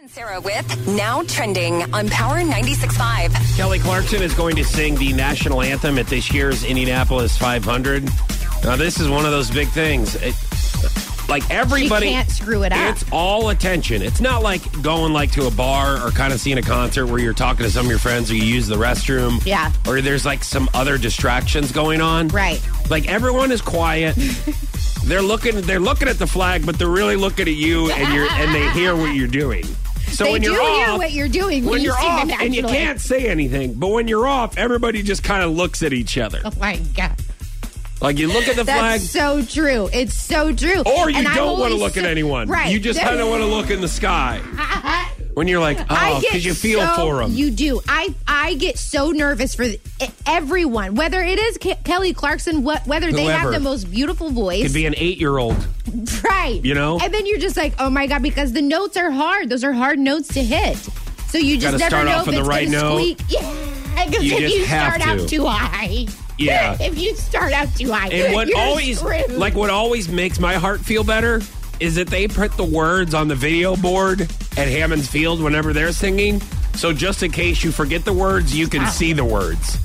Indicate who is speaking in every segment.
Speaker 1: and Sarah with Now Trending on Power 96.5.
Speaker 2: Kelly Clarkson is going to sing the national anthem at this year's Indianapolis 500. Now, this is one of those big things. It- like everybody
Speaker 3: can't screw it up.
Speaker 2: It's all attention. It's not like going like to a bar or kind of seeing a concert where you're talking to some of your friends or you use the restroom.
Speaker 3: Yeah.
Speaker 2: Or there's like some other distractions going on.
Speaker 3: Right.
Speaker 2: Like everyone is quiet. they're looking they're looking at the flag, but they're really looking at you and you're and they hear what you're doing. So
Speaker 3: they
Speaker 2: when
Speaker 3: do
Speaker 2: you're
Speaker 3: hear
Speaker 2: off,
Speaker 3: what you're doing when,
Speaker 2: when
Speaker 3: you
Speaker 2: you're
Speaker 3: sing the
Speaker 2: off
Speaker 3: national
Speaker 2: and you
Speaker 3: anthem.
Speaker 2: can't say anything, but when you're off, everybody just kind of looks at each other.
Speaker 3: Oh my god.
Speaker 2: Like you look at the flag,
Speaker 3: That's so true. It's so true.
Speaker 2: or you
Speaker 3: And I've
Speaker 2: don't want to
Speaker 3: always
Speaker 2: look at
Speaker 3: sa-
Speaker 2: anyone.
Speaker 3: Right.
Speaker 2: You just kind of want to look in the sky when you're like,
Speaker 3: I
Speaker 2: oh,
Speaker 3: get
Speaker 2: because you feel
Speaker 3: so-
Speaker 2: for 'em. for them.
Speaker 3: You do. I I get so nervous for th- everyone, whether it is Ke- Kelly Clarkson, what, whether they have
Speaker 2: Whoever.
Speaker 3: the most beautiful voice,
Speaker 2: Could be an eight-year-old.
Speaker 3: right?
Speaker 2: you know?
Speaker 3: and then you're just like, oh my god, because the notes are hard. Those are hard notes to hit. So you
Speaker 2: Gotta
Speaker 3: just never
Speaker 2: start
Speaker 3: know
Speaker 2: off
Speaker 3: if
Speaker 2: on the
Speaker 3: it's
Speaker 2: right
Speaker 3: gonna
Speaker 2: note.
Speaker 3: squeak. Yeah, because
Speaker 2: You
Speaker 3: if
Speaker 2: just
Speaker 3: you
Speaker 2: have
Speaker 3: start out
Speaker 2: to.
Speaker 3: too high,
Speaker 2: Yeah.
Speaker 3: if you start out too high,
Speaker 2: And what
Speaker 3: you're
Speaker 2: always,
Speaker 3: screwed.
Speaker 2: like, what always makes my heart feel better is that they put the words on the video board at Hammond's Field whenever they're singing. So just in case you forget the words, you can see the words.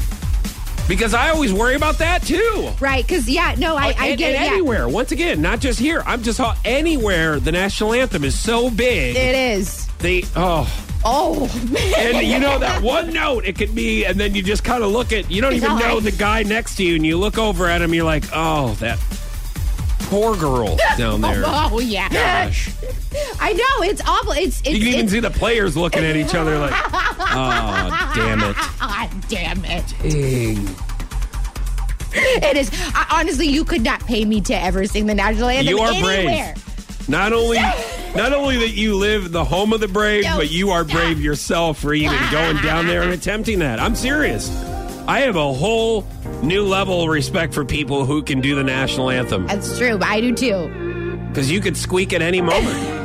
Speaker 2: Because I always worry about that too.
Speaker 3: Right, because yeah, no, I, I
Speaker 2: and,
Speaker 3: get
Speaker 2: and
Speaker 3: it. yeah.
Speaker 2: anywhere. Once again, not just here. I'm just uh, anywhere. The national anthem is so big.
Speaker 3: It is.
Speaker 2: they oh,
Speaker 3: Oh,
Speaker 2: and you know that one note it could be, and then you just kind of look at. You don't
Speaker 3: It's
Speaker 2: even
Speaker 3: all
Speaker 2: know
Speaker 3: right.
Speaker 2: the guy next to you, and you look over at him. You're like, oh, that poor girl down there.
Speaker 3: oh yeah.
Speaker 2: Gosh,
Speaker 3: I know it's awful. It's it's.
Speaker 2: you can even
Speaker 3: it's
Speaker 2: see the players looking at each other like, oh, damn it.
Speaker 3: Ah, damn it!
Speaker 2: Dang.
Speaker 3: It is I, honestly, you could not pay me to ever sing the national anthem
Speaker 2: You are
Speaker 3: anywhere.
Speaker 2: brave. Not only not only that you live the home of the brave,
Speaker 3: No,
Speaker 2: but you are
Speaker 3: stop.
Speaker 2: brave yourself for even going down there and attempting that. I'm serious. I have a whole new level of respect for
Speaker 3: Uh,
Speaker 2: people who can do the national anthem
Speaker 3: That's true. but I do too.
Speaker 2: because you could squeak at any moment.